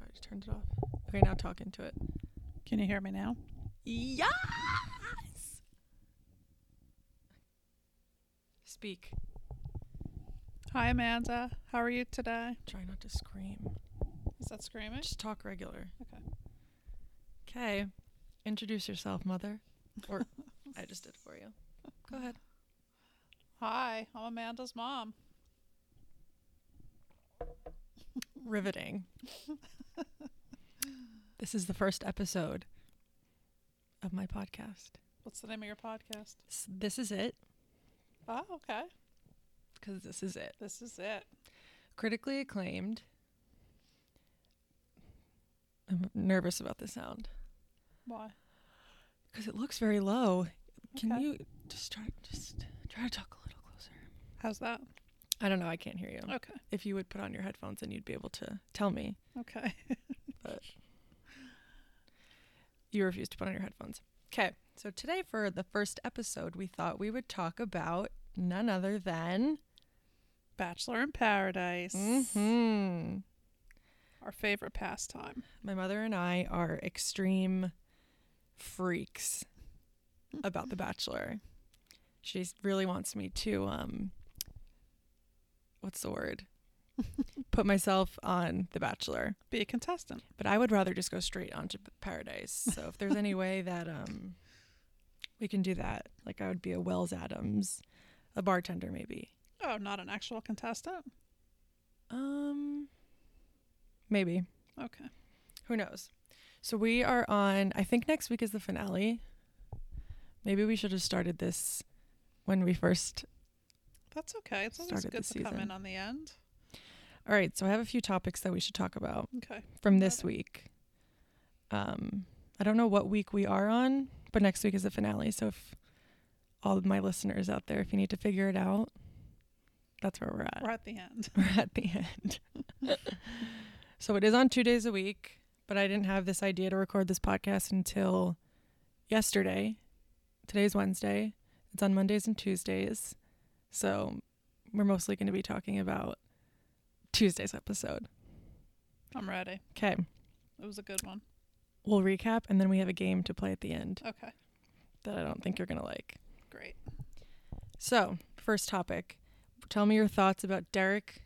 already turned it off. Okay, now talk into it. Can you hear me now? Yes. Speak. Hi, Amanda. How are you today? Try not to scream. Is that screaming? Just talk regular. Okay. Okay. Introduce yourself, mother. Or I just did for you. Go ahead. Hi, I'm Amanda's mom. Riveting. this is the first episode of my podcast. What's the name of your podcast? S- This is it Oh, okay. because this is it. This is it. Critically acclaimed. I'm nervous about the sound Why? because it looks very low. Can Okay. you just try just try to talk a little closer? How's that? I don't know. I can't hear you. Okay. If you would put on your headphones, then you'd be able to tell me. Okay. but you refuse to put on your headphones. Okay, so today for the first episode, we thought we would talk about none other than Bachelor in Paradise. Mm-hmm. Mhm. Our favorite pastime. my mother and I are extreme freaks about The Bachelor. She s- really wants me to um, what's the word? Put myself on The Bachelor. Be a contestant. but I would rather just go straight onto p- paradise. So if there's any way that um we can do that, like I would be a Wells Adams, a bartender maybe. Oh, not an actual contestant? Um maybe. Okay. Who knows? So we are on I think next week is the finale. Maybe we should have started this when we first That's okay. It's always Started good to the come season. in on the end. All right, so I have a few topics that we should talk about Okay. from this Okay. week. Um I don't know what week we are on, but next week is the finale. So if all of my listeners out there, if you need to figure it out, that's where we're at. We're at the end. We're at the end. so it is on two days a week, but I didn't have this idea to record this podcast until yesterday. Today's Wednesday. It's on Mondays and Tuesdays. So we're mostly going to be talking about Tuesday's episode. I'm ready. Okay. It was a good one. We'll recap and then we have a game to play at the end Okay. that I don't think you're going to like. Great. So, first topic. Tell me your thoughts about Derek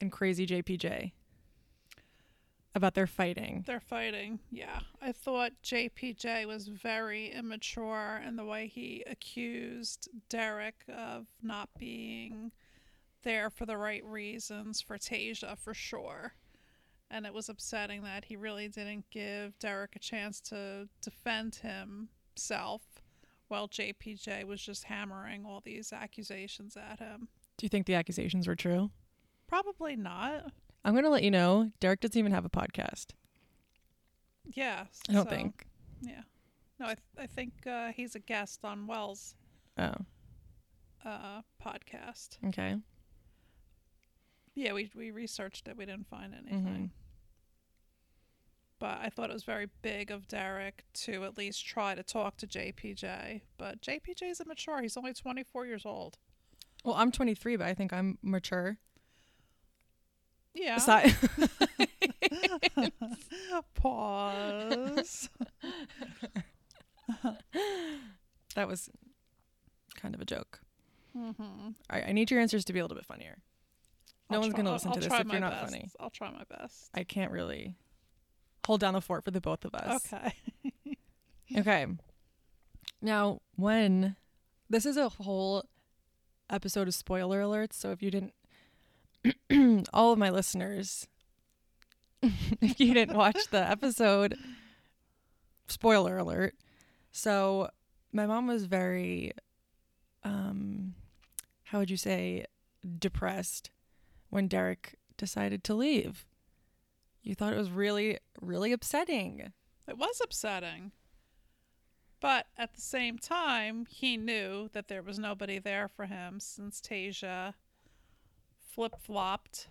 and crazy JPJ. About their fighting. They're fighting. Yeah. I thought JPJ was very immature in the way he accused Derek of not being there for the right reasons for Tasia, for sure. And it was upsetting that he really didn't give Derek a chance to defend himself while JPJ was just hammering all these accusations at him. Do you think the accusations were true? Probably not. I'm going to let you know Derek doesn't even have a podcast. Yeah. I don't so- think. Yeah. No, I, th- I think uh, he's a guest on Wells' Oh, uh, podcast. okay. Yeah, we, we researched it. We didn't find anything. Mm-hmm. But I thought it was very big of Derek to at least try to talk to JPJ. But JPJ's immature. He's only 24 years old. Well, I'm 23, but I think I'm mature. Yeah. Aside- Pause. that was kind of a joke. mm-hmm. All right, I need your answers to be a little bit funnier. No one's going to listen to this if you're not funny. I'll try my best. I can't really hold down the fort for the both of us. Okay. Okay. Now, when this is a whole episode of spoiler alerts, so if you didn't, all of my listeners, if you didn't watch the episode, spoiler alert. So, my mom was very, um, how would you say, depressed when Derek decided to leave. You thought it was really, really upsetting. It was upsetting. But at the same time, he knew that there was nobody there for him since Tasia flip flopped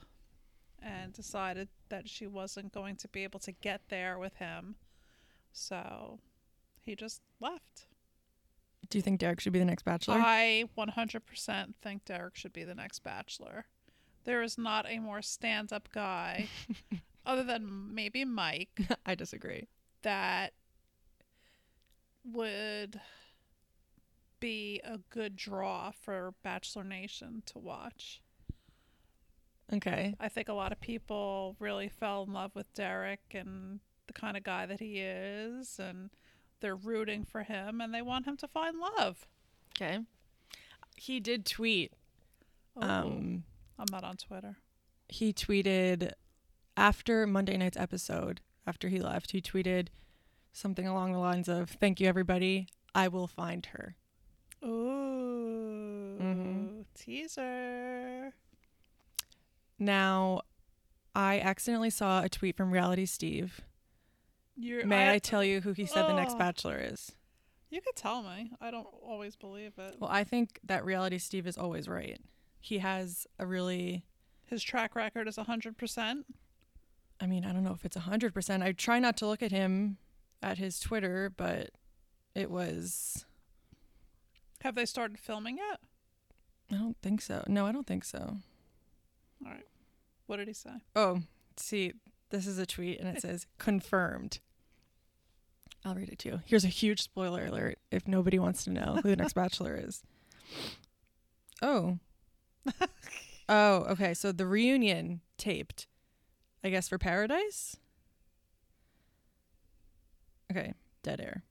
and decided that she wasn't going to be able to get there with him. So he just left. Do you think Derek should be the next bachelor? I 100% think Derek should be the next bachelor. There is not a more stand up guy other than maybe Mike, I disagree. that would be a good draw for Bachelor Nation to watch. Okay. I think a lot of people really fell in love with Derek and the kind of guy that he is, and they're rooting for him and they want him to find love. Okay. He did tweet. Ooh, Um, Oh, I'm not on Twitter. he tweeted after Monday night's episode, after he left, he tweeted something along the lines of, Thank you, everybody. I will find her. Ooh, Mm-hmm. teaser. Now, I accidentally saw a tweet from Reality Steve. You're, May I, Oh. tell you who he said the next Ugh. bachelor is? You could tell me. I don't always believe it. Well, I think that Reality Steve is always right. He has a really, His track record is 100%. I mean, I don't know if it's 100%. I try not to look at him at his Twitter, but it was, Have they started filming yet? I don't think so. No, I don't think so. All right. What did he say? Oh, see, this is a tweet and it says confirmed. I'll read it to you. Here's a huge spoiler alert if nobody wants to know who the next bachelor is. Oh. oh, okay. So the reunion taped, I guess, for Paradise? Okay, dead air.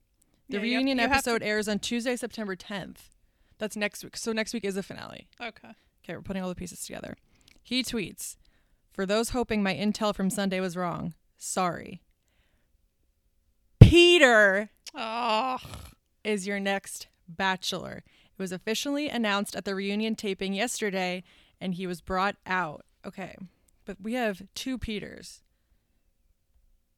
The Yeah, you have- reunion you have to- episode airs on Tuesday, September 10th. That's next week. So next week is the finale. okay. Okay, we're putting all the pieces together. He tweets, "For those hoping my intel from Sunday was wrong, sorry. Peter Oh, is your next bachelor. It was officially announced at the reunion taping yesterday, and he was brought out. Okay, but we have two Peters.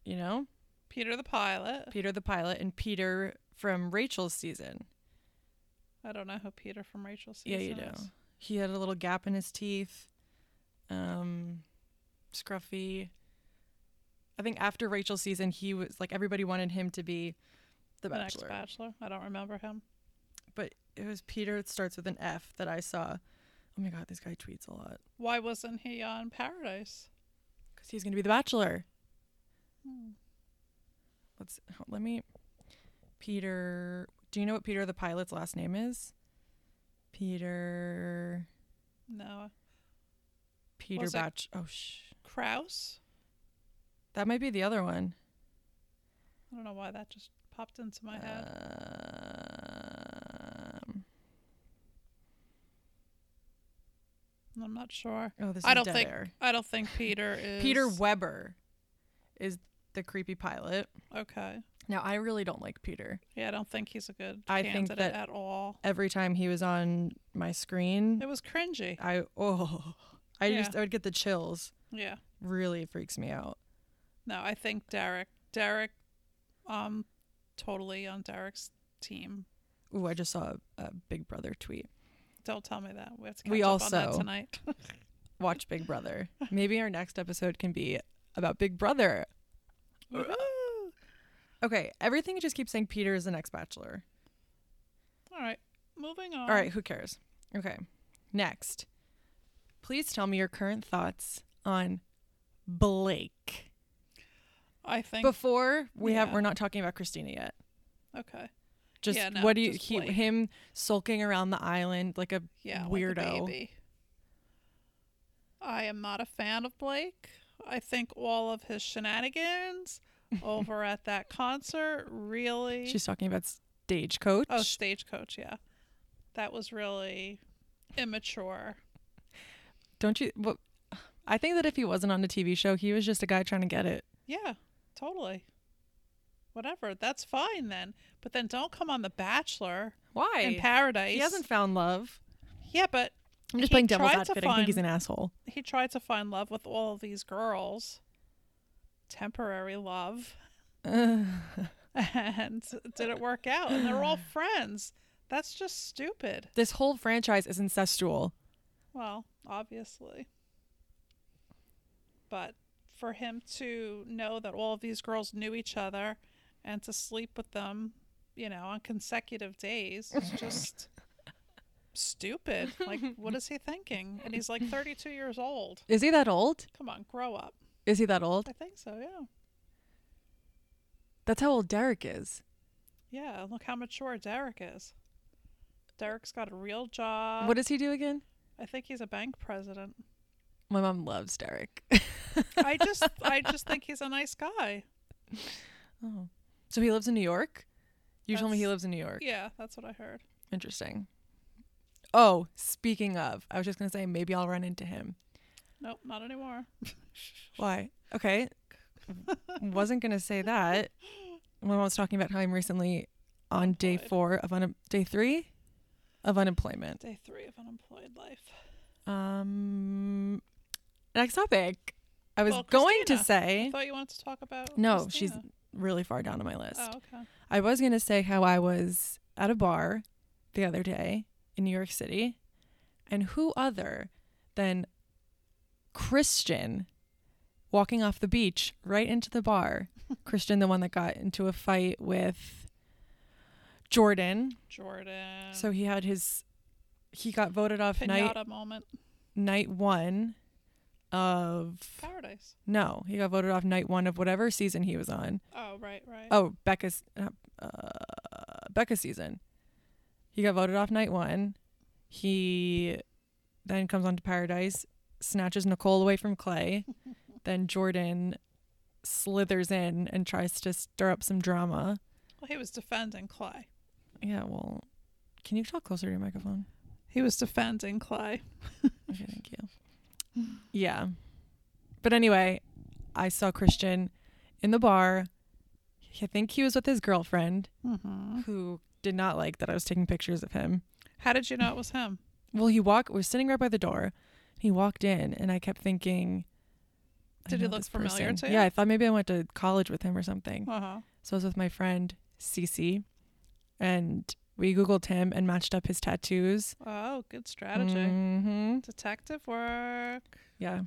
You know, Peter the pilot. Peter the pilot and Peter from Rachel's season. I don't know who Peter from Rachel's Yeah, season you is. do. He had a little gap in his teeth. Um, scruffy. I think after Rachel's season, he was like everybody wanted him to be the The next bachelor, Bachelor. I don't remember him. but it was Peter. It starts with an F that I saw. Oh my god, this guy tweets a lot Why wasn't he on Paradise? because he's gonna be the bachelor. Hmm. Let's let me. Peter, do you know what Peter the pilot's last name is? Peter. No. Peter Was it- Batch. Oh sh. Kraus? That might be the other one. I don't know why that just popped into Uh, my head. Um, I'm not sure. oh, this I is don't dead think air. I don't think Peter is Peter Weber is the creepy pilot. Okay. Now, I really don't like Peter. Yeah, I don't think he's a good I think candidate that- at all. Every time he was on my screen, It was cringy. I oh, I Yeah. used I would get the chills. Yeah. Really freaks me out. No, I think Derek. Derek, um, totally on Derek's team. Ooh, I just saw a, a Big Brother tweet. Don't tell me that. We have to catch We up on that also- tonight. Watch Big Brother. Maybe our next episode can be about Big Brother. Woohoo! Okay, everything just keeps saying Peter is the next bachelor. All right, moving on. All right, who cares? Okay. Next. Please tell me your current thoughts on Blake. I think. Before we have Yeah. we're not talking about Christina yet. okay. Just Yeah, no, what do you just he, Blake. him sulking around the island like a Yeah. like a weirdo. baby. I am not a fan of Blake. I think all of his shenanigans over at that concert really. She's talking about stagecoach. oh, stagecoach. Yeah, that was really immature. Don't you well, I think that if he wasn't on a TV show, he was just a guy trying to get it. Yeah, totally. Whatever, that's fine then. But then don't come on The Bachelor in Why? Paradise. He hasn't found love. Yeah, but I'm just He playing devil's tried to advocate. I think he's an find- asshole. he tried to find love with all of these girls, temporary love, and it didn't work out. And they're all friends. That's just stupid. this whole franchise is incestual. Well, obviously. But for him to know that all of these girls knew each other and to sleep with them, you know, on consecutive days is just stupid. Like, what is he thinking? And he's like 32 years old. Is he that old? Come on, grow up. Is he that old? I think so, yeah. That's how old Derek is. Yeah, look how mature Derek is. Derek's got a real job. What does he do again? I think he's a bank president. My mom loves Derek. I just I just think he's a nice guy. Oh. So he lives in New York? You told me he That's- lives in New York. Yeah, that's what I heard. Interesting. Oh, speaking of, I was just going to say maybe I'll run into him. Nope, not anymore. Why? Okay. Wasn't going to say that. My mom was talking about how I'm recently on day Unemployed. 4 of un- day 3 of unemployment. Day three of unemployed life. Um next topic. I was Well, going to Christina. I say thought you wanted to talk about. No, Christina. she's really far down on my list. Oh, okay. I was going to say how I was at a bar the other day in New York City, and who other than Christian walking off the beach right into the bar? Christian, the one that got into a fight with Jordan. Jordan. So he had his, he got voted off night, pinata moment. night one of, Paradise. no, he got voted off night one of whatever season he was on. Oh, right, right. Oh, Becca's uh, uh, Becca season. He got voted off night one. He then comes on to Paradise, snatches Nicole away from Clay. then Jordan slithers in and tries to stir up some drama. Well, he was defending Clay. Yeah, well, can you talk closer to your microphone? He was defending Clay. Okay, thank you. Yeah. But anyway, I saw Christian in the bar. I think he was with his girlfriend. Mm-hmm. who did not like that I was taking pictures of him. How did you know it was him? Well, he walked. We're sitting right by the door. He walked in, and I kept thinking. I Did he know look this familiar person. to you? Yeah, I thought maybe I went to college with him or something. Uh huh. So I was with my friend Cece, and we googled him and matched up his tattoos. Oh, good strategy. Mhm. Detective work. Yeah.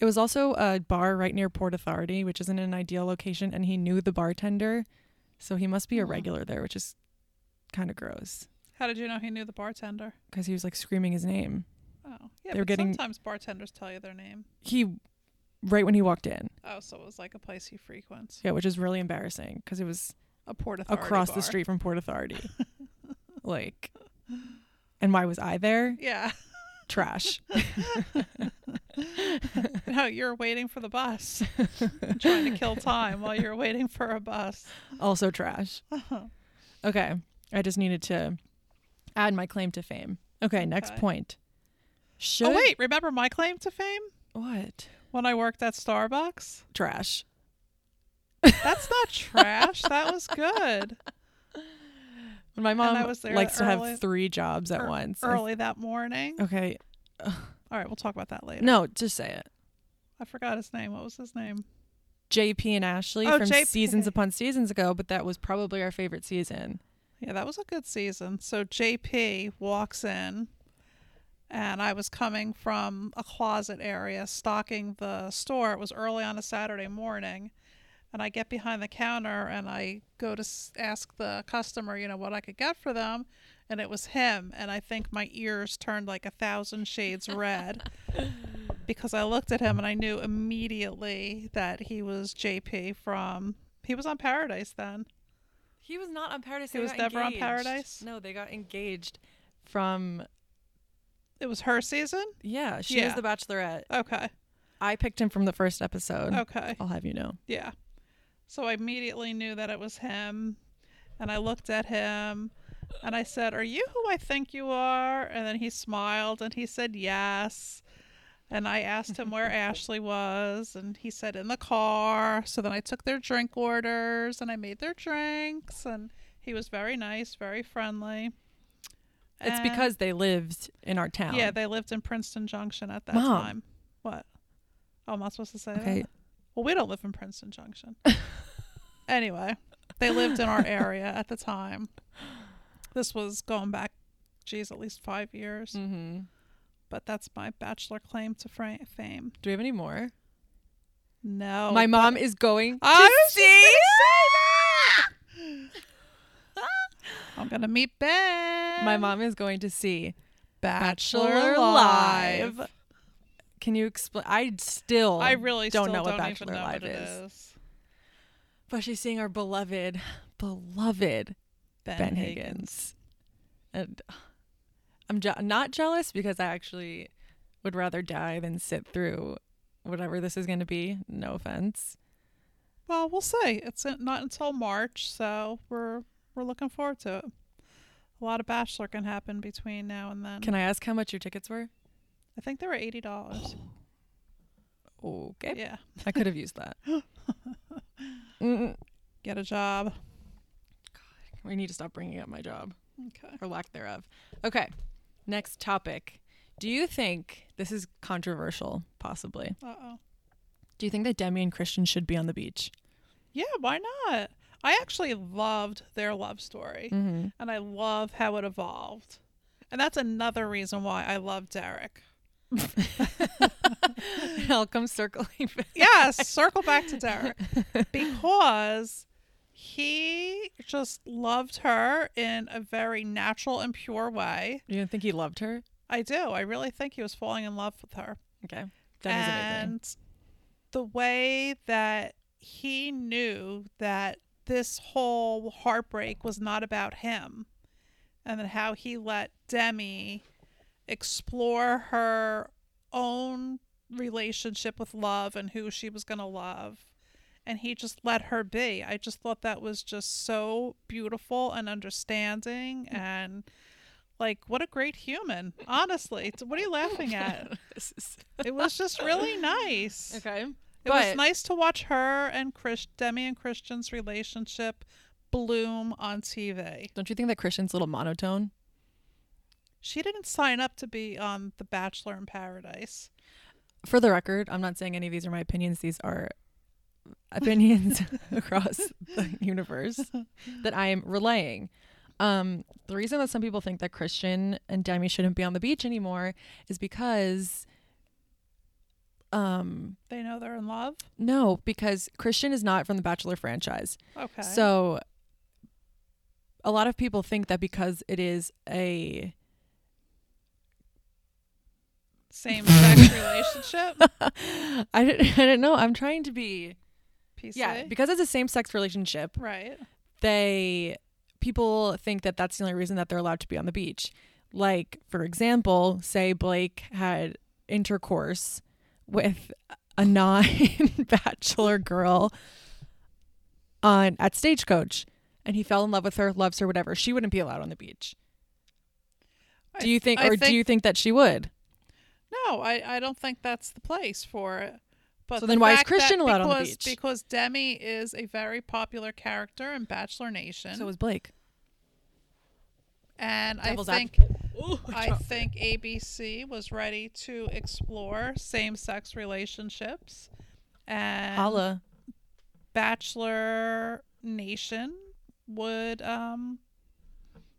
It was also a bar right near Port Authority, which isn't an ideal location, and he knew the bartender, so he must be a Hmm. regular there, which is kind of gross How did you know he knew the bartender? because he was like screaming his name. Oh, yeah. They were but getting- sometimes bartenders tell you their name. he right when he walked in Oh, so it was like a place he frequents. yeah which is really embarrassing because it was A port authority across bar. the street from port authority like and why was i there Yeah. trash No, you're waiting for the bus. trying to kill time while you're waiting for a bus. Oh, also trash okay i just needed to add my claim to fame okay next Okay. point should Oh wait, remember my claim to fame what when I worked at Starbucks? trash That's not trash. that was good. when my I mom was there likes to early- have three jobs at ear- once I- Early that morning. okay All right, we'll talk about that later. no just say it I forgot his name. What was his name? jp and ashley Oh, from JP. seasons upon seasons ago but that was probably our favorite season Yeah, that was a good season. So JP walks in, and I was coming from a closet area, stocking the store. It was early on a Saturday morning, and I get behind the counter and I go to s- ask the customer, you know, what I could get for them, and it was him. And I think my ears turned like a thousand shades red because I looked at him and I knew immediately that he was JP from. He was on Paradise then. He was not on Paradise. He they was got never on engaged. Paradise? No, they got engaged from It was her season. yeah. She Yeah. was the Bachelorette. Okay. I picked him from the first episode. Okay. I'll have you know. Yeah. So I immediately knew that it was him. And I looked at him and I said, Are you who I think you are? And then he smiled and he said, Yes. And I asked him where Ashley was. And he said, In the car. So then I took their drink orders and I made their drinks. And he was very nice, very friendly. It's And- because they lived in our town. Yeah, they lived in Princeton Junction at that Mom. time. What? Oh, am I supposed to say that? okay. Well, we don't live in Princeton Junction. anyway, they lived in our area at the time. This was going back, geez, at least five years. Mm-hmm. But that's my bachelor claim to fra- fame. Do we have any more? No, My but- mom is going to I was just see. I'm gonna meet Ben. My mom is going to see Bachelor, Bachelor Live. Live. Can you explain? I still I really don't still know what don't even Bachelor know Live what it is. is. But she's seeing our beloved, beloved Ben, Higgins. And uh, I'm je- not jealous because I actually would rather die than sit through whatever this is going to be. No offense. Well, we'll see. It's in- not until March, so we're we're looking forward to it. A lot of bachelor can happen between now and then. Can I ask how much your tickets were? I think they were eighty dollars. Okay. Yeah, I could have used that. Mm, get a job. we need to stop bringing up my job. Okay. or lack thereof. Okay, next topic. Do you think this is controversial? Possibly. Uh oh. Do you think that Demi and Christian should be on the beach? Yeah, why not? I actually loved their love story, Mm-hmm. and I love how it evolved. And that's another reason why I love Derek. I'll come circling back. Yes, circle back to Derek because he just loved her in a very natural and pure way. You don't think he loved her? I do. I really think he was falling in love with her. Okay, Demi's amazing. and the way that he knew that this whole heartbreak was not about him, and then how he let Demi explore her own relationship with love and who she was going to love. And he just let her be. I just thought that was just so beautiful and understanding and like what a great human. Honestly, It's- what are you laughing at? This is- It was just really nice. okay, It but- was nice to watch her and Chris, Demi and Christian's relationship bloom on TV. don't you think that Christian's a little monotone? She didn't sign up to be on The Bachelor in Paradise. For the record, I'm not saying any of these are my opinions. These are opinions across the universe that I am relaying. Um, the reason that some people think that Christian and Demi shouldn't be on the beach anymore is because, um, They know they're in love. no, because Christian is not from the Bachelor franchise. Okay. So a lot of people think that because it is a same sex relationship. I didn't, I didn't know. I'm trying to be PC. yeah, because it's a same-sex relationship. right. they people think that that's the only reason that they're allowed to be on the beach. Like for example, say Blake had intercourse with a non-bachelor girl on at Stagecoach, and he fell in love with her, loves her, whatever. She wouldn't be allowed on the beach. Do you think, I or do you think that she would? No, I, I don't think that's the place for it. So But the then why is fact that Christian allowed on the because- beach? Because Demi is a very popular character in Bachelor Nation. So was Blake. and I Devil's ad- think I think ABC was ready to explore same sex relationships and Holla. Bachelor Nation would um,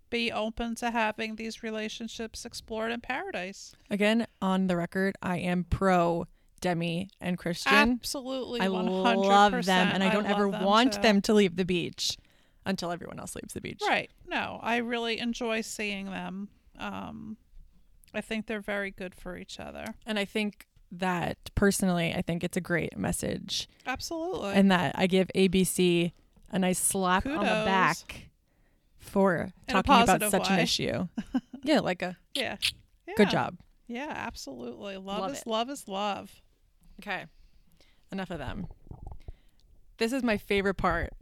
be open to having these relationships explored in paradise. Again, on the record, I am pro Demi and Christian. Absolutely. I 100%. love them, and I don't ever love them want too. them to leave the beach until everyone else leaves the beach. Right. No, I really enjoy seeing them. Um, I think they're very good for each other. And I think that personally, I think it's a great message, Absolutely. and that I give ABC a nice slap on the Kudos. back for In a talking about positive such an way. issue. yeah, like a yeah. yeah. good job. Yeah, absolutely. Love, Love is it. love is love. Okay, enough of them. This is my favorite part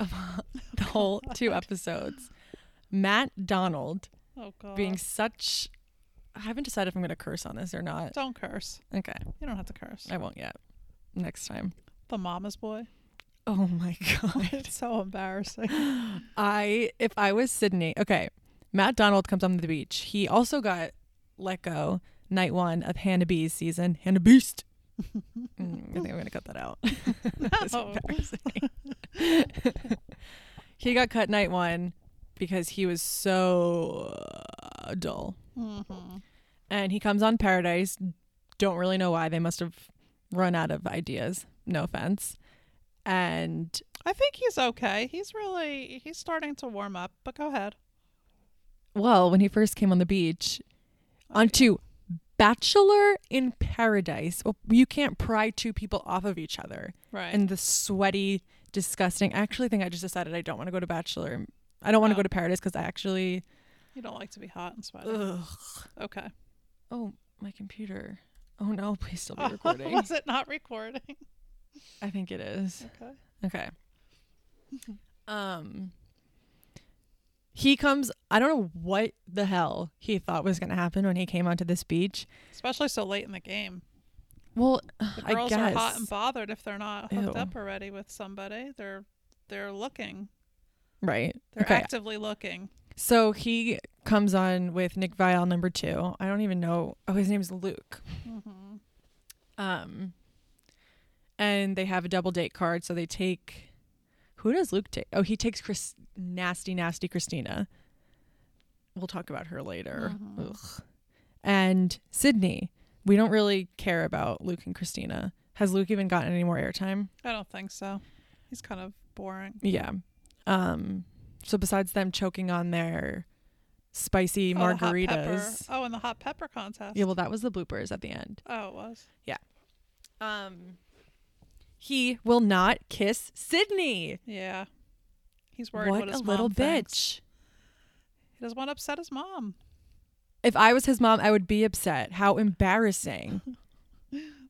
of the whole two episodes. Matt Donald Oh god. being such. I haven't decided if I'm going to curse on this or not. Don't curse. Okay. You don't have to curse. I won't yet. Next time. The mama's boy. Oh my god. It's so embarrassing. I if I was Sydney, okay. Matt Donald comes on the beach. He also got let go night one of Hannah Bee's season. Hannah Beast. Mm, I think I'm gonna cut that out. That's No. embarrassing. he got cut night one because he was so uh, dull. hmm and he comes on Paradise. Don't really know why. They must have run out of ideas. No offense. And I think he's okay. He's really he's starting to warm up. But go ahead. well, when he first came on the beach, onto bachelor in paradise. Oh, You can't pry two people off of each other. Right. And the sweaty, disgusting. I actually think I just decided I don't want to go to bachelor. I don't want to Oh. go to paradise because I actually. you don't like to be hot and sweaty. Ugh. Okay. Oh, my computer. Oh no, please still be recording. Was it not recording? I think it is. Okay. Okay. Um he comes I don't know what the hell he thought was going to happen when he came onto this beach. Especially so late in the game. Well, The I girls guess. are hot and bothered if they're not hooked Ew. up already with somebody. They're they're looking. right. They're okay. actively looking. So he comes on with Nick Vial number 2. I don't even know. Oh, his name's Luke. hmm Um and they have a double date card, so they take who does Luke take? Oh, he takes Chris nasty, nasty Christina. We'll talk about her later. Mm-hmm. Ugh. And Sydney. We don't really care about Luke and Christina. Has Luke even gotten any more airtime? I don't think so. He's kind of boring. Yeah. Um so besides them choking on their spicy Oh, the hot pepper. margaritas. Oh, and the hot pepper contest. Yeah, well that was the bloopers at the end. oh, it was. Um he will not kiss Sydney. Yeah. He's worried what what his a little mom thinks. bitch. He doesn't want to upset his mom. If I was his mom, I would be upset. How embarrassing.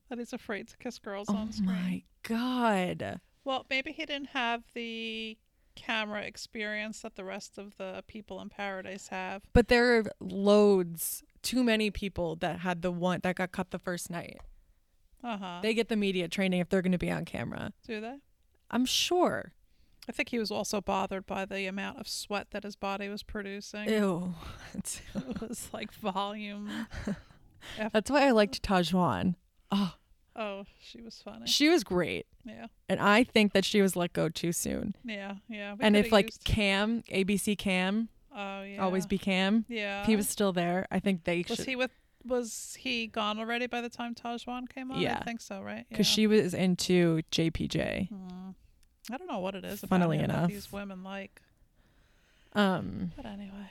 That he's afraid to kiss girls oh on screen. my god. Well, maybe he didn't have the camera experience that the rest of the people in paradise have. But there are loads, too many people that had the one that got cut the first night. Uh huh. They get the media training if they're going to be on camera. Do they? I'm sure. I think he was also bothered by the amount of sweat that his body was producing. Ew. That's, It was like volume. that's why I liked Tajwan. Oh, Oh, she was funny. she was great. Yeah, And I think that she was let go too soon. yeah, yeah. We and coulda if like used- Cam, ABC Cam, oh yeah, always be Cam, Yeah, if he was still there, I think they Was should he with? Was he gone already by the time Tajwan came on? Yeah. I think so, right? because she was into JPJ. Mm. I don't know what it is. about Funnily him that enough. these women like. Um, But anyway,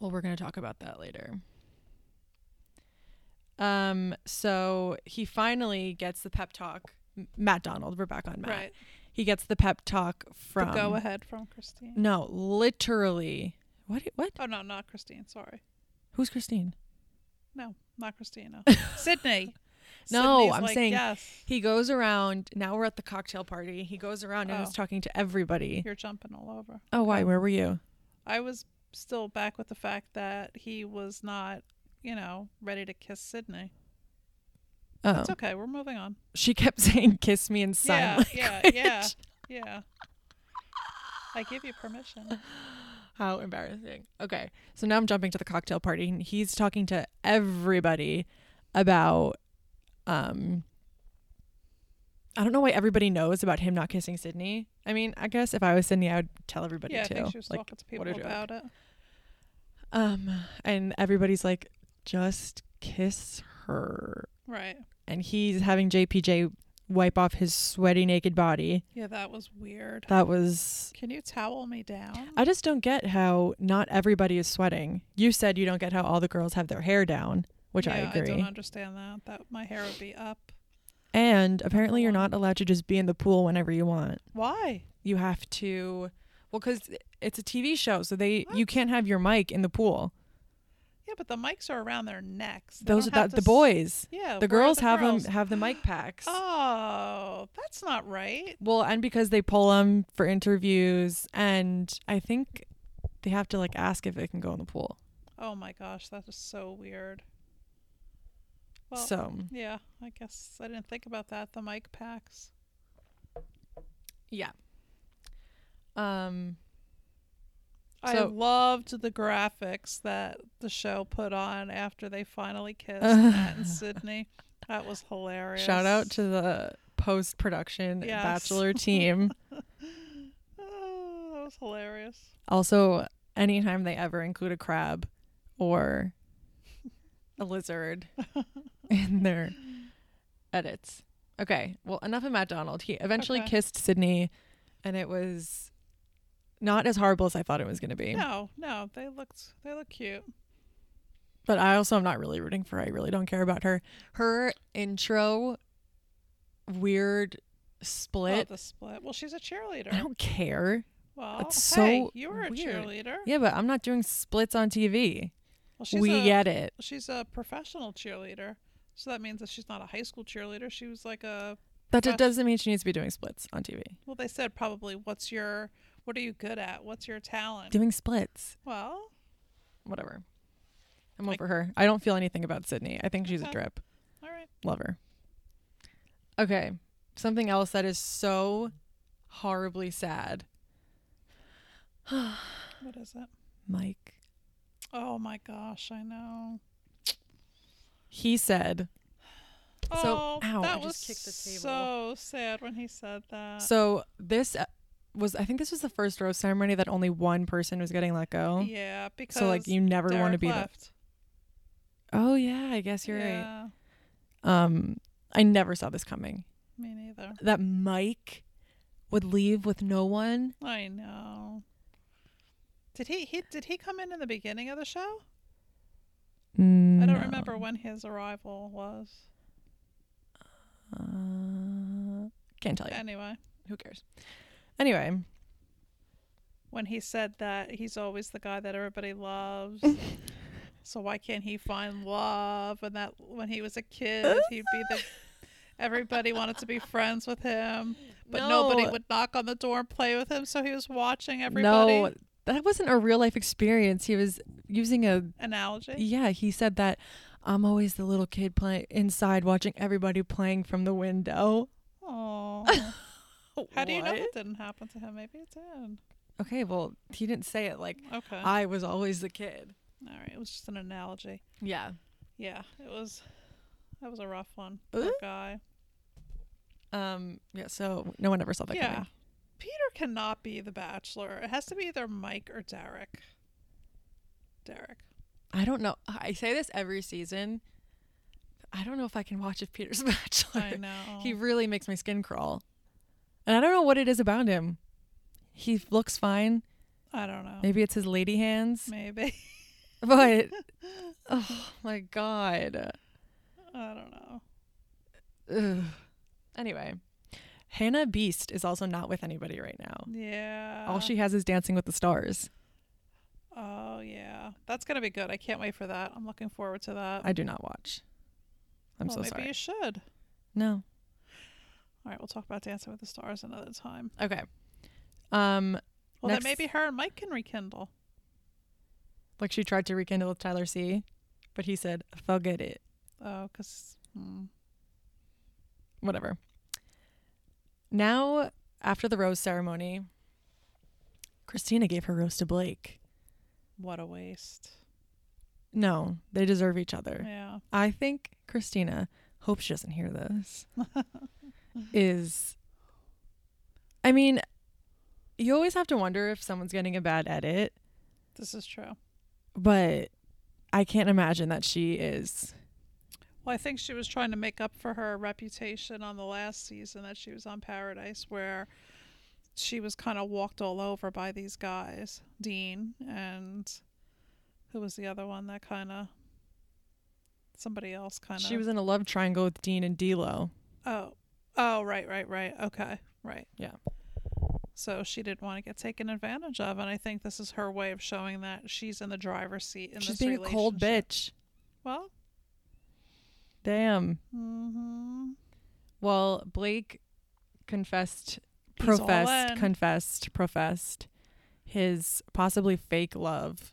Well, we're going to talk about that later. Um, so he finally gets the pep talk. M- Matt Donald, we're back on Matt. right. He gets the pep talk The from. go ahead from Christine. No, literally. What? What? Oh no, not Christine. Sorry, Who's Christine? no, not Christina. Sydney. No, Sydney's I'm like, saying- yes. He goes around. Now we're at the cocktail party. He goes around and Oh. is talking to everybody. You're jumping all over. Oh, why? Where were you? I was still back with the fact that he was not, you know, ready to kiss Sydney. Oh, It's okay. We're moving on. she kept saying "kiss me" in sign yeah, language. yeah, yeah, yeah. I give you permission. How embarrassing. Okay. So now I'm jumping to the cocktail party and he's talking to everybody about um I don't know why everybody knows about him not kissing Sydney. I mean, I guess if I was Sydney, I would tell everybody yeah, too. I think she was like, talking to what people a joke. about it. um and everybody's like just kiss her. Right. And he's having JPJ wipe off his sweaty naked body. Yeah, that was weird. That was Can you towel me down? I just don't get how not everybody is sweating. You said you don't get how all the girls have their hair down, which I Yeah, agree. I don't understand that. That my hair would be up. and apparently, you're one. not allowed to just be in the pool whenever you want. Why? You have to, well, because it's a TV show, so they you can't have your mic in the pool. Yeah, but the mics are around their necks. They Those are don't that have the to s- boys, Yeah. where the are girls have girls? them have the mic packs. Oh, that's not right. Well, and because they pull them for interviews, and I think they have to like ask if they can go in the pool. Oh my gosh, that is so weird. Well, so yeah, I guess I didn't think about that. The mic packs. yeah. Um. I So- loved the graphics that the show put on after they finally kissed Matt and Sydney. That was hilarious. Shout out to the post production Yes. Bachelor team. Oh, that was hilarious. also, anytime they ever include a crab or a lizard in their edits. Okay, well, enough of Matt Donald. He eventually Okay. kissed Sydney, and it was not as horrible as I thought it was going to be. No, no, they looked they look cute. But I also am not really rooting for her. I really don't care about her. Her intro weird Oh, split. the split. Well, she's a I cheerleader. don't care. Well, That's hey, so you were a weird. cheerleader. Yeah, but I'm not doing splits on TV. Well, she's we a, get it. She's a professional cheerleader, so that means that she's not a high school cheerleader. She was like a But it Gosh. doesn't mean she needs to be doing splits on TV. well. They said probably, "What's your, what are you good at? What's your talent?" Doing splits. well, Whatever. I'm I- over her. I don't feel anything about Sydney. I think she's a Okay. drip. all right. Love her. Okay. Something else that is so horribly sad. What is it? Mike. Oh my gosh, I know. He said oh, ow, that I just was kicked the table. so sad when he said that. So this uh, was, I think this was the first rose ceremony that only one person was getting let go. yeah, because so like you never want to Derek be the. left. Oh yeah, I guess you're right. yeah, Um, I never saw this coming. me neither. That Mike would leave with no one. I know. Did he, he did he come in in the beginning of the show? I don't remember when his arrival was. Uh, can't tell you. Anyway, Who cares? Anyway, when he said that he's always the guy that everybody loves. so why can't he find love? And that when he was a kid, he'd be the everybody wanted to be friends with him, but nobody No. would knock on the door and play with him. So he was watching everybody. no, that wasn't a real life experience. He was using a Analogy. Yeah, he said that I'm always the little kid playing inside watching everybody playing from the window. Oh, how do you know that didn't happen to him? Maybe it did. Okay, well, he didn't say it like Okay. I was always the kid. All right. It was just an analogy. Yeah. Yeah, it was. That was a rough one. Ooh. Poor guy. Um yeah, so no one ever saw that yeah. coming. Peter cannot be the bachelor. It has to be either Mike or Derek. Derek. I don't know. I say this every season. I don't know if I can watch if Peter's Bachelor. I know. He really makes my skin crawl. And I don't know what it is about him. He looks fine. I don't know. Maybe it's his lady hands. Maybe. But oh my god. I don't know. Ugh. Anyway, Hannah Beast is also not with anybody right now. Yeah. All she has is Dancing with the Stars. Oh yeah. That's gonna be good. I can't wait for that. I'm looking forward to that. I do not watch. I'm well, so maybe sorry. you should. no. All right, we'll talk about Dancing with the Stars another time. Okay. Um, Well, Next- then maybe her and Mike can rekindle. like she tried to rekindle with Tyler C, but he said, "Forget it." Oh, because Whatever. Now, after the rose ceremony, Christina gave her rose to Blake. what a waste. No, they deserve each other. Yeah. I think Christina, hope she doesn't hear this, is. I mean, you always have to wonder if someone's getting a bad edit, This is true. but I can't imagine that she is. Well, I think she was trying to make up for her reputation on the last season that she was on Paradise, where she was kind of walked all over by these guys, Dean and who was the other one that kind of somebody else kind of She was in a love triangle with Dean and D'Lo. oh oh right right right okay right Yeah. so she didn't want to get taken advantage of, and I think this is her way of showing that she's in the driver's seat in She's this being a cold relationship. bitch. Well, Damn. mm-hmm. Well, Blake confessed, He's all professed, in. confessed, professed his possibly fake love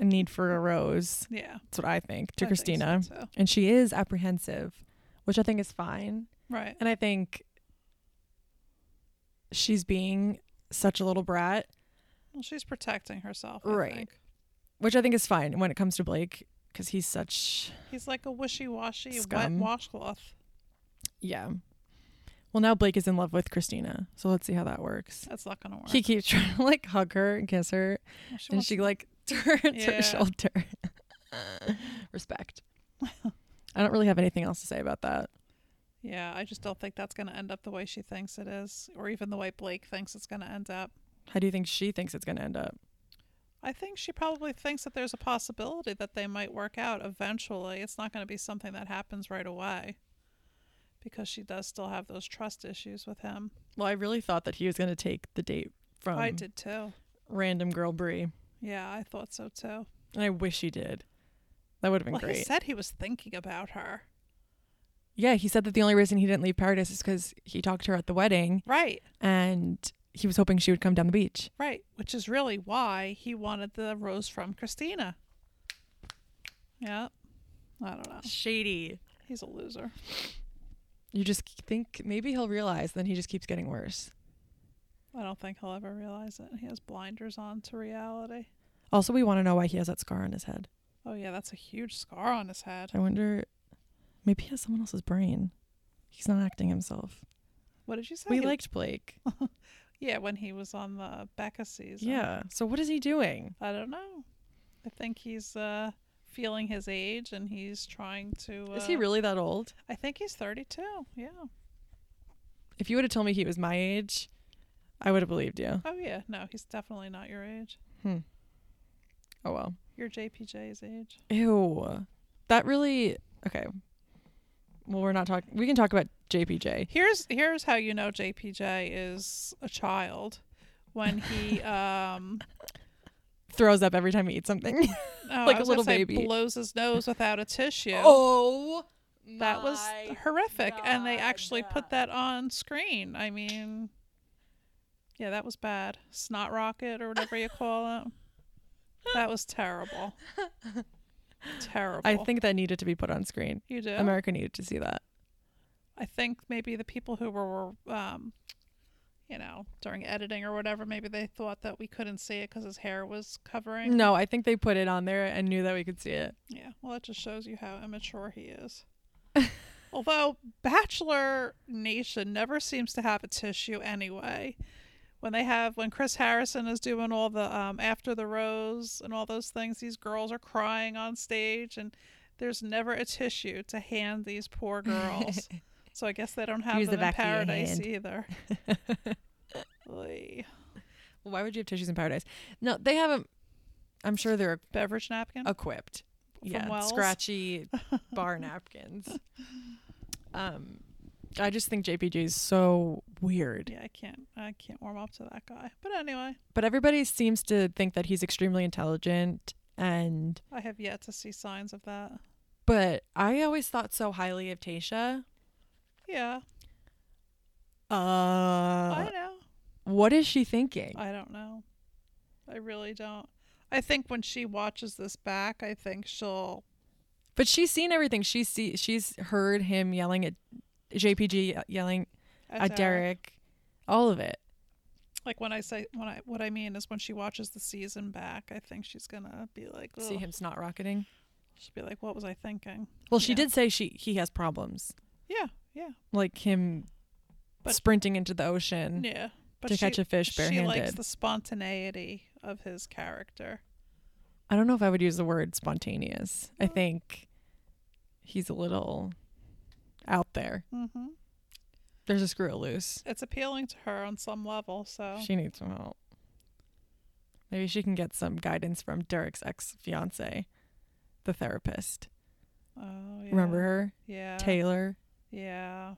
and need for a rose. yeah, That's what I think to I think so, Christina. too. and she is apprehensive, which I think is fine. right? And I think she's being such a little brat, Well, she's protecting herself, I Right. think. which I think is fine when it comes to Blake because he's such He's like a wishy-washy wet Scum. washcloth. yeah. Well, now Blake is in love with Christina, so let's see how that works. That's not gonna work. He keeps trying to like hug her and kiss her, Well, she and wants- she like turns Yeah. her shoulder. Respect. I don't really have anything else to say about that. yeah, I just don't think that's gonna end up the way she thinks it is, or even the way Blake thinks it's gonna end up. How do you think she thinks it's going to end up? I think she probably thinks that there's a possibility that they might work out eventually. It's not going to be something that happens right away because she does still have those trust issues with him. Well, I really thought that he was going to take the date from I did too. random girl Brie, Yeah, I thought so too. and I wish he did. That would have been Well, great. he said he was thinking about her. yeah, he said that the only reason he didn't leave paradise is because he talked to her at the wedding, Right, and he was hoping she would come down the beach. right. Which is really why he wanted the rose from Christina. Yeah. I don't know. Shady. He's a loser. You just think maybe he'll realize, then he just keeps getting worse. I don't think he'll ever realize it. He has blinders on to reality. Also, we want to know why he has that scar on his head. Oh, yeah, that's a huge scar on his head. I wonder, maybe he has someone else's brain. He's not acting himself. What did you say? We He- liked Blake. Yeah, when he was on the Becca season. Yeah. So what is he doing? I don't know. I think he's uh, feeling his age and he's trying to. Uh, Is he really that old? I think he's 32. Yeah. If you would have told me he was my age, I would have believed you. Oh, yeah. No, he's definitely not your age. Oh well. You're JPJ's age. Ew. That really. Okay. Well, we're not talking. We can talk about JPJ. Here's here's how you know JPJ is a child when he um Throws up every time he eats something. oh, Like I a was gonna little say baby. blows his nose without a tissue. Oh. that was horrific and they actually God. put that on screen i mean yeah that was bad snot rocket or whatever you call it that was terrible terrible I think that needed to be put on screen. you do America needed to see that. i think maybe the people who were were, um you know during editing or whatever maybe they thought that we couldn't see it because his hair was covering No, I think they put it on there and knew that we could see it. yeah well that just shows you how immature he is Although Bachelor Nation never seems to have a tissue anyway. When they have, when Chris Harrison is doing all the um, After the Rose and all those things, these girls are crying on stage and there's never a tissue to hand these poor girls. so I guess they don't have Here's the them in back of your paradise hand. either. Oy. Well, why would you have tissues in paradise? No, they haven't. I'm sure they're Beverage napkin? Oh. equipped. yeah, Wells? scratchy bar napkins. Um, I just think JPG is so weird. Yeah, I can't, I can't warm up to that guy. But anyway, But everybody seems to think that he's extremely intelligent, and I have yet to see signs of that. but I always thought so highly of Tasha. Yeah, I Uh, know. what is she thinking? I don't know. I really don't. I think when she watches this back, I think she'll. But she's seen everything. She see she's heard him yelling at JPG yelling I at doubt- Derek, all of it. Like when I say when I what I mean is when she watches the season back, I think she's gonna be like, See "Ugh." him snot rocketing. She'll be like, "What was I thinking?" Well, she Yeah. did say she he has problems, Yeah, yeah, like him But- sprinting into the ocean yeah. But Mm. to she, catch a fish she likes barehanded. the spontaneity of his character. I don't know if I would use the word spontaneous. Mm. I think he's a little out there. Mm-hmm. There's a screw loose. It's appealing to her on some level. So She needs some help. Maybe she can get some guidance from Derek's ex fiance, the therapist. oh, yeah. Remember her? Yeah, Taylor. yeah.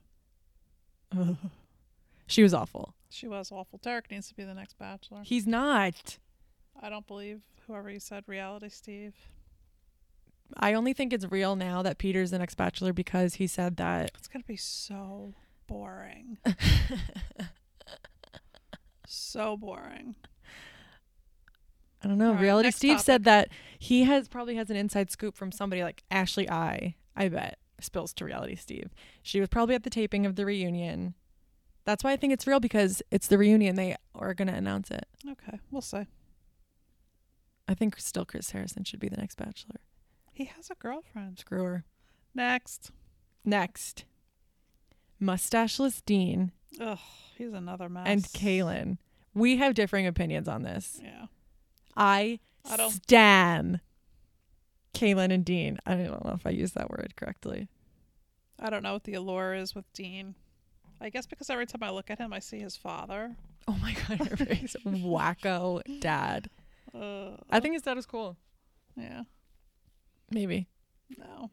She was awful. She was awful. Derek needs to be the next Bachelor. He's not. I don't believe whoever you said, Reality Steve. I only think it's real now that Peter's the next bachelor because he said that It's gonna be so boring. so boring. I don't know. All right, Reality next Steve topic. said that he has probably has an inside scoop from somebody like Ashley I, I bet, spills to Reality Steve. She was probably at the taping of the reunion. That's why I think it's real because it's the reunion. They are going to announce it. Okay, we'll see. I think still Chris Harrison should be the next bachelor. He has a girlfriend. Screw her. Next. Next, mustacheless Dean Ugh, he's another mess. and Kaylin. We have differing opinions on this. Yeah. I, I don't- stan Kaylin and Dean. I don't know if I used that word correctly. I don't know what the allure is with Dean. I guess because every time I look at him, I see his father. Oh my god, everybody's wacko dad. Uh, I think his dad was cool. yeah. Maybe. No.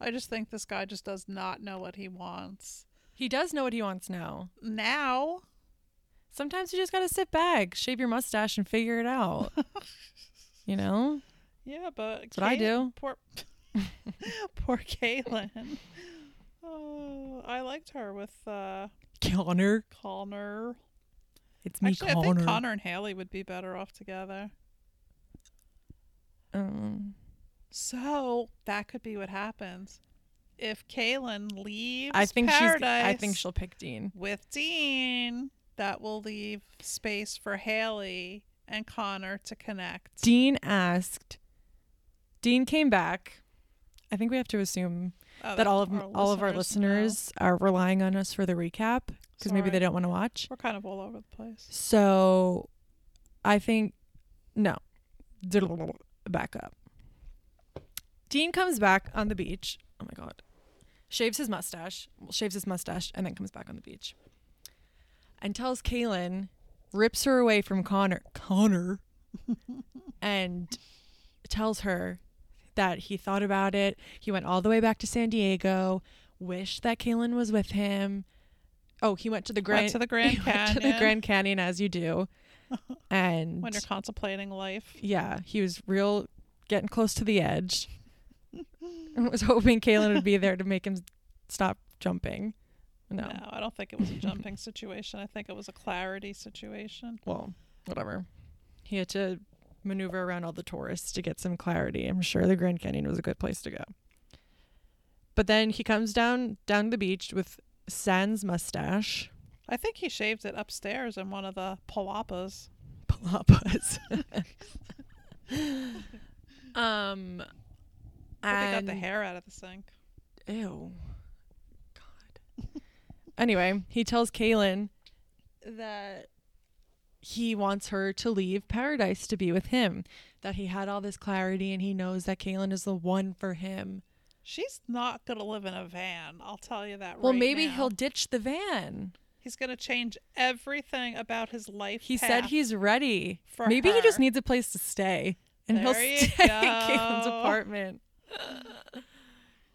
I just think this guy just does not know what he wants. He does know what he wants now. Now, Sometimes you just got to sit back, shave your mustache, and figure it out. you know? yeah, but That's what I Kay- do. Poor, poor Kaylin. Oh, I liked her with uh, Connor. Connor. It's me, Actually, I Connor. think Connor and Haley would be better off together. Um, So that could be what happens if Kaylin leaves. I think Paradise, she's. I think she'll pick Dean. with Dean. That will leave space for Haley and Connor to connect. Dean asked. Dean came back. I think we have to assume Oh, that all of our all of our know. listeners are relying on us for the recap because maybe they Sorry. don't want to watch. We're kind of all over the place. So, I think no. Back up. Dean comes back on the beach. Oh my god. Shaves his mustache. Well, shaves his mustache and then comes back on the beach. And tells Kaylin, rips her away from Connor. Connor. and tells her that he thought about it. He went all the way back to San Diego, wished that Kaylin was with him. Oh, he went to the Grand to the Grand he went to the Canyon. Grand Canyon as you do. And When you're contemplating life, yeah, he was real getting close to the edge. and was hoping Kaylin would be there to make him stop jumping. No. no. I don't think it was a jumping situation. I think it was a clarity situation. Well, whatever. He had to maneuver around all the tourists to get some clarity. I'm sure the Grand Canyon was a good place to go. But then he comes down down the beach with Sans mustache. I think he shaved it upstairs in one of the palapas. Palapas. um I think they got and- the hair out of the sink. Ew. God. anyway, he tells Kaylin that he wants her to leave paradise to be with him. That he had all this clarity and he knows that Kaylin is the one for him. She's not gonna live in a van. I'll tell you that. Well, right maybe now. he'll ditch the van. He's gonna change everything about his life. He said path. he's ready. for maybe he just her. needs a place to stay. And he'll There you stay at Kaylin's go. apartment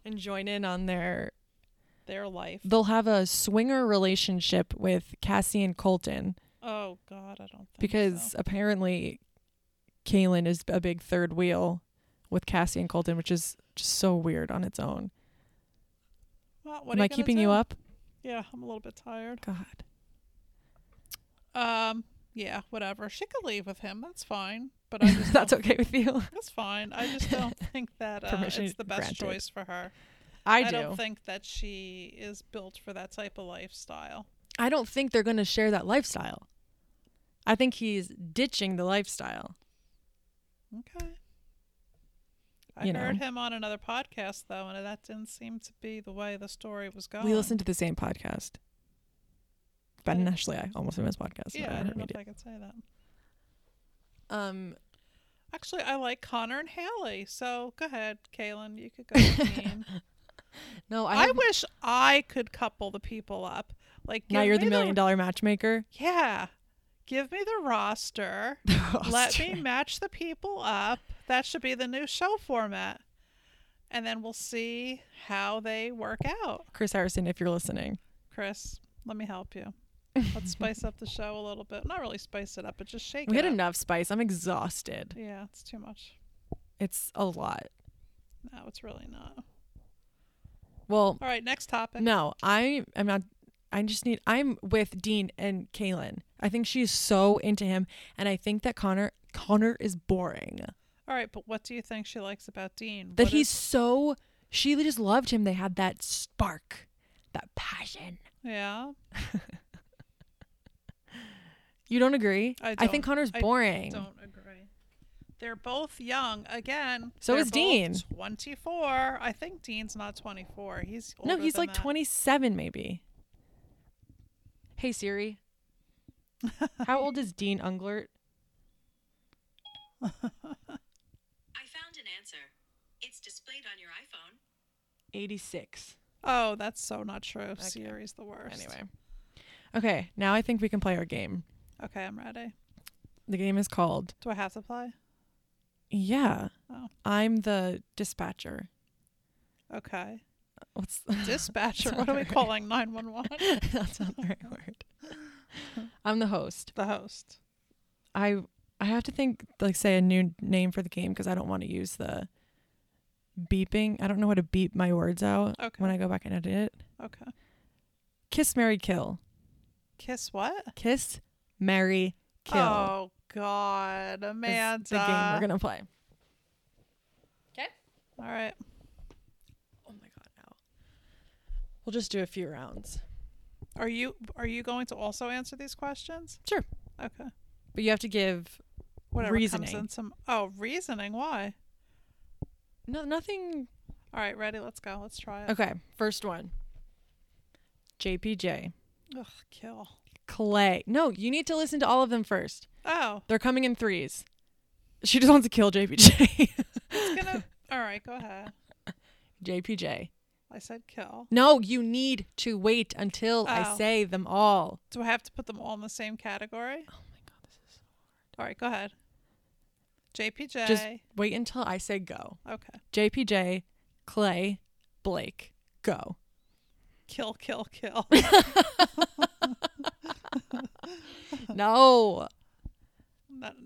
and join in on their. their life. They'll have a swinger relationship with Cassie and Colton. Oh God, I don't think because so. apparently Kaylin is a big third wheel with Cassie and Colton, which is just so weird on its own. Well, what Am are I gonna keeping you do? up? Yeah, I'm a little bit tired. God. Um, yeah, whatever. She could leave with him. That's fine. But I just That's don't- okay with you? that's fine. I just don't think that uh, Permission it's the best granted. choice for her. I do. don't think that she is built for that type of lifestyle. I don't think they're going to share that lifestyle. I think he's ditching the lifestyle. Okay. I You heard know. him on another podcast though, and that didn't seem to be the way the story was going. We listen to the same podcast. Ben and Ashley, I almost famous podcast. Yeah, I I don't know media. if I could say that. Um, Actually, I like Connor and Haley. So go ahead, Kaylin. You could go. with Dean. no, I, I, have- wish I could couple the people up. Like now give you're me the million dollar matchmaker. Yeah, give me the roster. Let me match the people up. That should be the new show format, and then we'll see how they work out. Chris Harrison, if you're listening. Chris, let me help you. Let's spice up the show a little bit. Not really spice it up, but just shake We it had up. enough spice. I'm exhausted. Yeah, it's too much. It's a lot. No, it's really not. Well, All right, next topic. no, I am not. I just need. I'm with Dean and Kaylin. I think she's so into him, and I think that Connor Connor is boring. All right, but what do you think she likes about Dean? That What he's is- so. She just loved him. They had that spark, that passion. yeah. You don't agree? I think don't. Connor's I boring. Don't agree. They're both young. Again, So they're is both Dean. 24. I think Dean's not 24. He's no, older he's than like that. 27 maybe. Hey Siri, how old is Dean Unglert? I found an answer. It's displayed on your iPhone. 86. Oh, that's so not true. Siri's the worst. Anyway. Okay, now I think we can play our game. Okay, I'm ready. The game is called Do I have to play? Yeah. Oh. I'm the dispatcher. Okay. What's Dispatcher. It's what are we alright. calling 911? That's not the right word. I'm the host. The host. I I have to think like say a new name for the game because I don't want to use the beeping. I don't know how to beep my words out Okay. when I go back and edit it. Okay. Kiss, marry, kill. Kiss what? Kiss, marry, kill. Oh God, is Amanda. the game we're gonna play. All right. Oh my god, ow. We'll just do a few rounds. Are you are you going to also answer these questions? Sure. Okay. But you have to give Whatever Reasoning. comes in some Oh, reasoning. Why? no nothing All right, ready, let's go. Let's try it. Okay, first one. JPJ. Ugh, kill. Clay. No, you need to listen to all of them first. Oh. They're coming in threes. She just wants to kill JPJ. It's gonna all right, go ahead. JPJ. I said kill. No, you need to wait until I Oh. say them all. Do I have to put them all in the same category? Oh my god, this is All right, go ahead. JPJ. Just- Wait until I say go. okay. JPJ, Clay, Blake, go. Kill, kill, kill. No. That-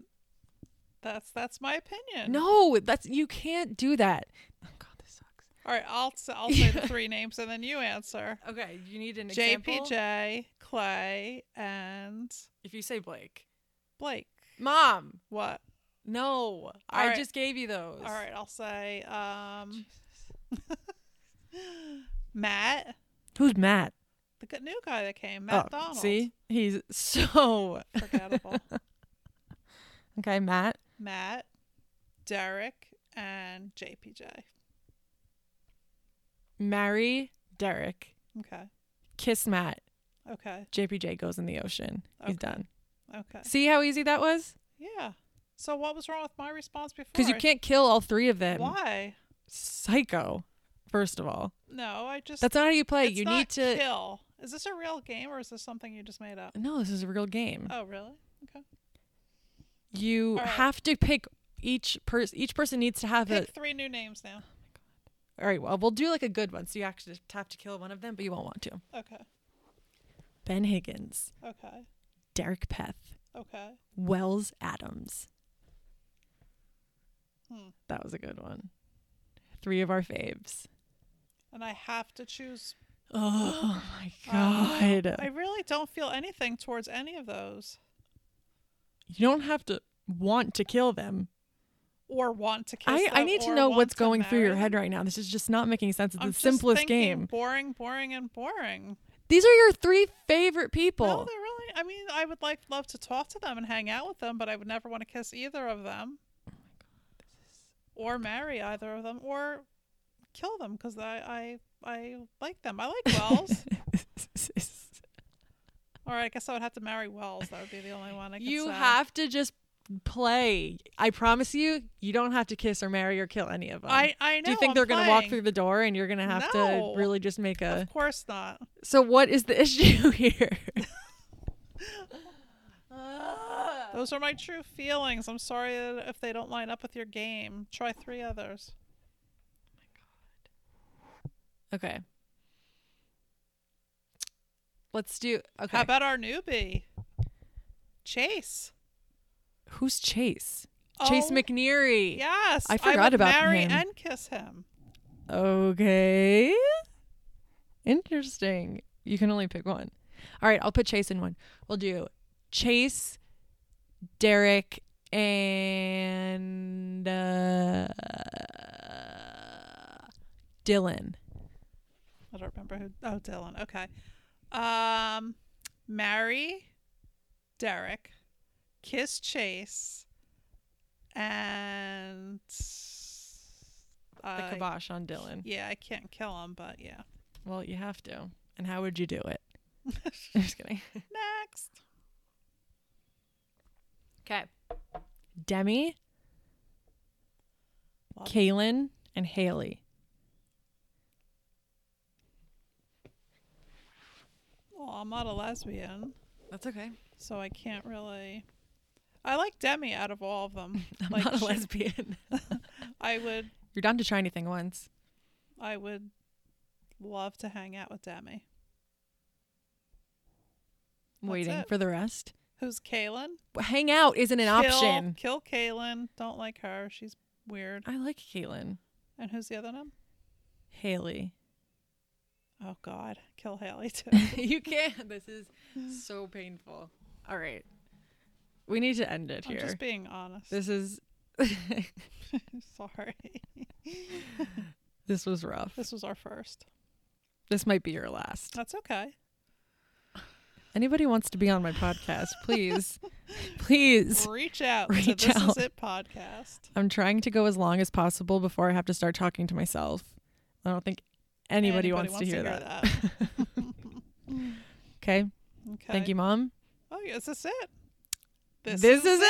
that's that's my opinion. No, that's you can't do that. Oh god, this sucks. All right, I'll s- I'll say the three names and then you answer. Okay, you need an example. JPJ, Clay, and If you say Blake. Blake. Mom, What? no. I right. just gave you those. All right, I'll say um, Matt, Who's Matt? the g- new guy that came, Matt Donald. Oh, See? He's so forgettable. Okay, Matt. Matt, Derek, and JPJ. Marry Derek. Okay, Kiss Matt. okay, JPJ goes in the ocean. He's Okay. done. okay. See how easy that was? Yeah. So what was wrong with my response before? Because you can't kill all three of them. Why? Psycho, first of all. No, I just. That's not how you play. it's you not need to. kill. Is this a real game or is this something you just made up? No, this is a real game. Oh, really? Okay. You Alright. have to pick each person. Each person needs to have Pick three new names now. a. All right, well, we'll do like a good one. So you actually have to kill one of them, but you won't want to. Okay. Ben Higgins, Okay. Derek Peth, Okay. Wells Adams. Hmm. That was a good one. Three of our faves. And I have to choose. Oh my um, god. I really don't feel anything towards any of those you don't have to want to kill them. or want to kiss I, I them, need to or know want what's to going through your marry head them. right now. This is just not making sense. It's I'm the just simplest thinking game. Boring, boring, and boring. These are your three favorite No, people. they're really. I mean, I would like love to talk to them and hang out with them, but I would never want to kiss either of them, or marry either of them, or kill them because I, I I like them. I like Wells. All right, I guess I would have to marry Wells. That would be the only one. I could you say. have to just play. I promise you, you don't have to kiss or marry or kill any of them. I I know. Do you think I'm they're gonna walk playing. through the door and you're going to have No. to really just make a. Of course not. So, what is the issue here? Those are my true feelings. I'm sorry that if they don't line up with your game. Try three others. Okay. Let's do. Okay. How about our newbie? Chase. Who's Chase? Chase Oh, McNeary. Yes. I forgot would about marry him. and kiss him. Okay. Interesting. You can only pick one. All right, I'll put Chase in one. We'll do Chase, Derek, and uh, Dylan. I don't remember who. Oh, Dylan. Okay. Um, marry Derek, kiss Chase, and The I- kibosh on Dylan. Yeah, I can't kill him, but yeah. Well, you have to. And how would you do it? I'm just kidding. Next. Okay. Demi, Love it. Kaylin, and Haley. Well, I'm not a lesbian, That's okay. so I can't really. I like Demi out of all of them. I'm like not a she- lesbian. I would You're down to try anything once. I would love to hang out with Demi. That's waiting it. for the rest. Who's Kaylin? Hang out isn't an Kill- option. Kill Kaylin. Don't like her. She's weird. I like Caitlin. And who's the other one? Haley. Oh God, kill Haley too. you can't. This is so painful. All right. We need to end it I'm here. just being honest. this is Sorry, this was rough. this was our first. This might be your last. That's okay. Anybody wants to be on my podcast, please. please. Reach out Reach to This out. Is It podcast. I'm trying to go as long as possible before I have to start talking to myself. I don't think anybody, wants, to hear, that. Okay? okay. Thank you, mom. Oh, yes, that's it. This, is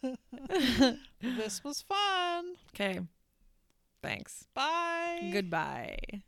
it. This was fun. Okay. Thanks. Bye. Goodbye.